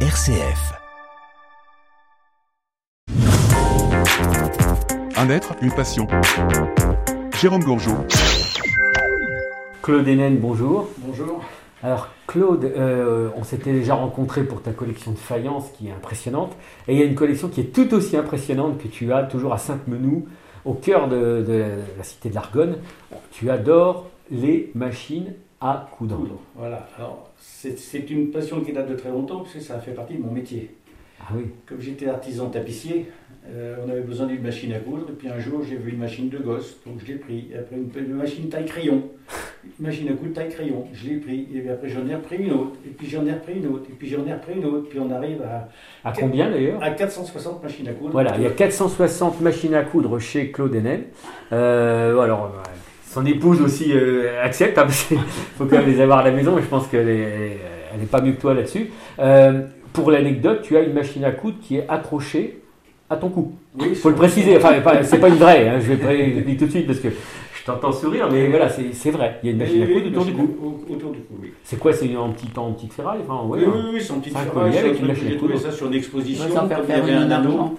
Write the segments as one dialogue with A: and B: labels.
A: RCF.
B: Un être, une passion. Jérôme Gourgeot.
C: Claude Hénène, bonjour.
D: Bonjour.
C: Alors Claude, euh, on s'était déjà rencontré pour ta collection de faïence qui est impressionnante. Et il y a une collection qui est tout aussi impressionnante que tu as toujours à Sainte-Menou, au cœur de, de la cité de l'Argonne. Tu adores les machines à coudre.
D: Voilà. Alors, c'est c'est une passion qui date de très longtemps, parce que ça fait partie de mon métier.
C: Ah oui,
D: Comme j'étais artisan tapissier, euh, on avait besoin d'une machine à coudre. Et puis un jour, j'ai vu une machine de gosse, donc je l'ai pris. Et après, une, une machine taille crayon. Une machine à coudre taille crayon. Je l'ai pris. Et puis après, j'en ai repris une autre. Et puis j'en ai repris une autre. Et puis j'en ai repris une autre. Puis on arrive à,
C: à combien d'ailleurs
D: à 460 machines à coudre.
C: Voilà, il y a 460 machines à coudre chez Claude Enel. Euh, alors, euh, son épouse aussi euh, accepte, il faut quand même les avoir à la maison, mais je pense qu'elle est, elle est pas mieux que toi là-dessus. Euh, pour l'anecdote, tu as une machine à coudre qui est accrochée à ton cou.
D: Oui,
C: Il faut le préciser, enfin, pas- c'est pas une vraie, hein, je vais pré- je le dis tout de suite parce que je t'entends sourire, mais voilà, c'est c'est vrai, il y a une machine à
D: Oui, oui,
C: coudre autour du
D: machine
C: cou.
D: au- Autour du cou, oui.
C: C'est quoi, c'est en petit en petite ferraille enfin, ouais,
D: Oui,
C: hein.
D: oui, oui, c'est un petit
C: Cinq
D: ferraille,
C: poignées
D: c'est un
C: avec une
D: truc que
C: machine à
D: J'ai trouvé
C: coudre.
D: ça sur une exposition,
E: Ouais, ça
D: comme
E: va faire
D: il y avait
E: faire
D: un
E: une
D: anneau.
E: argent.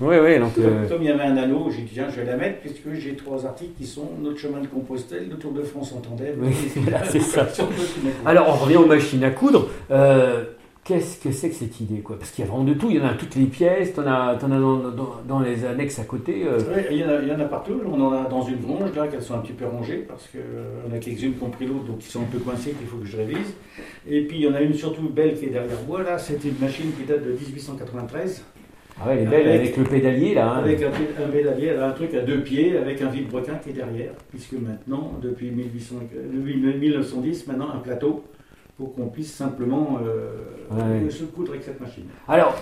C: Ouais, ouais, donc, euh,
D: Comme il y avait un anneau, j'ai dit tiens, je vais la mettre, puisque j'ai trois articles qui sont Notre chemin de Compostelle, le Tour de France en tandem.
C: Oui, voilà, c'est ça.
D: Sur le chemin de Compostelle.
C: Alors, on revient aux machines à coudre. Euh, Qu'est-ce que c'est que cette idée quoi Parce qu'il y a vraiment de tout. Il y en a toutes les pièces, t'en as, t'en as dans, dans- dans les annexes à côté. euh.
D: Ouais, il, y en a, il y en a partout, on en a dans une grange, là, qu'elles sont un petit peu rangées, parce qu'on a quelques-unes qui ont pris l'autre, donc qui sont un peu coincées, qu'il faut que je révise. Et puis il y en a une surtout belle qui est derrière moi, là, c'est une machine qui date de 1893,
C: Ah ouais, elle est belle avec,
D: Avec-
C: le pédalier là. hein.
D: avec un, pé- un pédalier, elle a un truc à deux pieds, avec un vilebrequin qui est derrière, puisque maintenant, depuis 1800 euh, depuis 1910, maintenant un plateau pour qu'on puisse simplement euh,
C: Ouais.
D: se coudre avec cette machine.
C: Alors,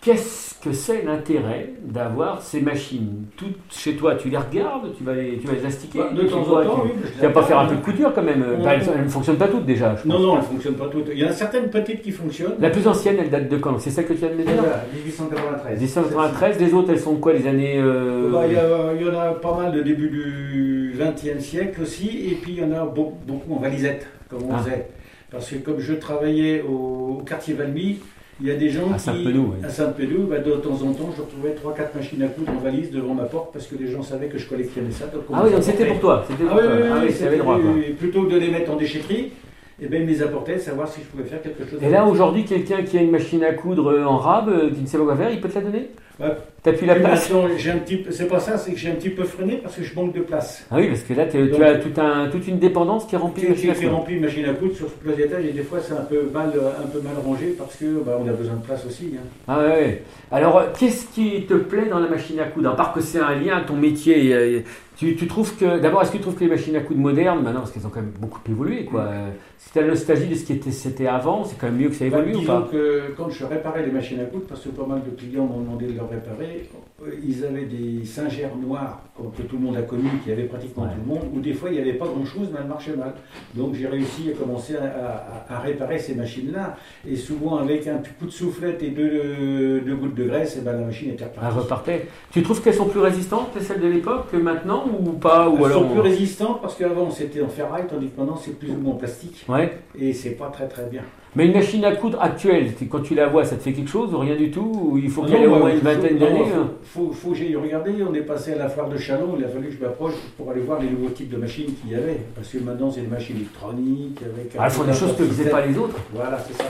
C: qu'est-ce que c'est l'intérêt d'avoir ces machines toutes chez toi Tu les regardes, tu vas les, tu vas les astiquer.
D: Bah, de
C: tu
D: temps en
C: vois,
D: temps,
C: tu-
D: oui, je
C: tu
D: la
C: vas pas faire un peu
D: regarde.
C: de couture quand même.
D: Non.
C: Bah, elles, elles ne fonctionnent pas toutes déjà. je
D: Non,
C: pense.
D: non, elle ne fonctionne pas toutes. Il y en a certaines petites qui fonctionnent.
C: La plus ancienne, elle date de quand C'est celle que tu viens de me dire
D: Voilà, 1893.
C: 1993. Les autres, elles sont quoi Les années euh,
D: Bah, Il y, a- il y en a pas mal de début du XXe siècle aussi, et puis il y en a beau- beaucoup en valisette, comme on
C: Ah.
D: faisait. Parce que comme je travaillais au, au quartier Valmy, il y a des gens
C: À
D: qui.
C: Saint-Pedoux, oui.
D: À Saint-Pédou, bah, de temps en temps, je retrouvais 3-4 machines à coudre en valise devant ma porte parce que les gens savaient que je collectionnais ça. donc on
C: Ah
D: me
C: oui,
D: les
C: donc c'était
D: apportait.
C: pour toi. C'était
D: Ah
C: pour
D: oui,
C: toi.
D: oui, oui,
C: oui, t'avais
D: c'était-
C: droit. quoi.
D: Plutôt que de les mettre en déchetterie, et ben, ils me les apportaient, savoir si je pouvais faire quelque chose.
C: Et là, aujourd'hui, quelqu'un qui a une machine à coudre euh, en rab, euh, qui ne sait pas quoi faire, il peut te la donner
D: Ouais.
C: T'appuies la
D: Puis
C: place
D: maintenant, j'ai un petit peu- c'est pas ça, c'est que j'ai un petit peu freiné parce que je manque de place.
C: Ah oui, parce que là, t'es- tu
D: Donc-
C: as tout un- toute une dépendance qui est remplie de
D: Qui, qui,
C: machines à
D: qui
C: coudre.
D: remplit machine à coudre sur plusieurs étages et des fois c'est un peu mal, un peu mal rangé parce que bah, on a besoin de place aussi. hein.
C: Ah ouais, ouais. Alors, euh, qu'est-ce qui te plaît dans la machine à coudre À part que c'est un lien à ton métier, euh, tu, tu trouves que. D'abord, est-ce que tu trouves que les machines à coudre modernes, maintenant, parce qu'elles ont quand même beaucoup évolué, quoi. euh, Si t'as la nostalgie de ce qui était, c'était avant, c'est quand même mieux que ça
D: Bah,
C: évolue ou
D: disons
C: pas
D: que quand je réparais les machines à coudre, parce que pas mal de clients m'ont demandé de leur réparer, euh, ils avaient des singères noires comme que tout le monde a connu, qu'il y avait pratiquement
C: Ouais.
D: tout le monde, ou des fois il n'y avait pas grand chose mais elles marchaient mal. Donc j'ai réussi à commencer à, à- à réparer ces machines-là et souvent avec un coup de soufflette et deux, deux gouttes de graisse, et ben, la machine était repartie.
C: Elles repartaient. Tu trouves qu'elles sont plus résistantes que celles de l'époque que maintenant ou pas ou
D: Elles
C: alors
D: sont plus
C: on-
D: résistantes parce qu'avant c'était en ferraille, tandis que maintenant c'est plus ou moins en plastique.
C: euh, Ouais.
D: Et c'est pas très très bien.
C: Mais une machine à coudre actuelle, tu- quand tu la vois, ça te fait quelque chose ou rien du tout ou Il faut
D: Non,
C: qu'elle ait au
D: bah,
C: moins une
D: faut-
C: vingtaine
D: non,
C: d'années.
D: faut-
C: hein.
D: Faut, faut, que j'aille regarder. On est passé à la foire de Chalon. Il a fallu que je m'approche pour aller voir les nouveaux types de machines qu'il y avait. Parce que maintenant, c'est des machines électroniques. Avec
C: Ah, elles font des choses que faisaient pas les autres.
D: Voilà, c'est ça.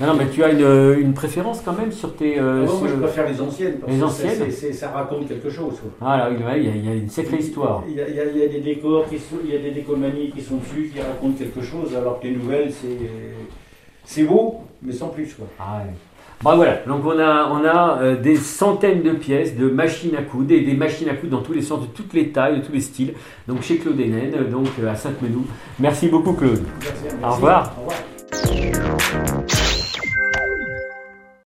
C: Non, non, mais tu as une, une préférence quand même sur tes. euh,
D: Ah bon, moi, je
C: sur-
D: préfère les anciennes. Parce
C: les
D: que
C: anciennes
D: c'est- c'est- ça raconte quelque chose. quoi.
C: Ah là, oui, ouais, il y, a- il y a une sacrée histoire.
D: Il y, a, il y a- il y a des décors, qui sont, il y a des décomanies qui sont dessus, qui racontent quelque chose. Alors que les nouvelles, c'est. C'est beau, mais sans plus. Quoi.
C: Ah ouais. Bah voilà, donc on a, on a euh, des centaines de pièces de machines à coudre et des machines à coudre dans tous les sens, de toutes les tailles, de tous les styles. Donc chez Claude Hénène, donc euh, à Sainte-Menou. Merci beaucoup Claude.
D: Merci,
C: Au
D: merci.
C: revoir.
D: Au revoir.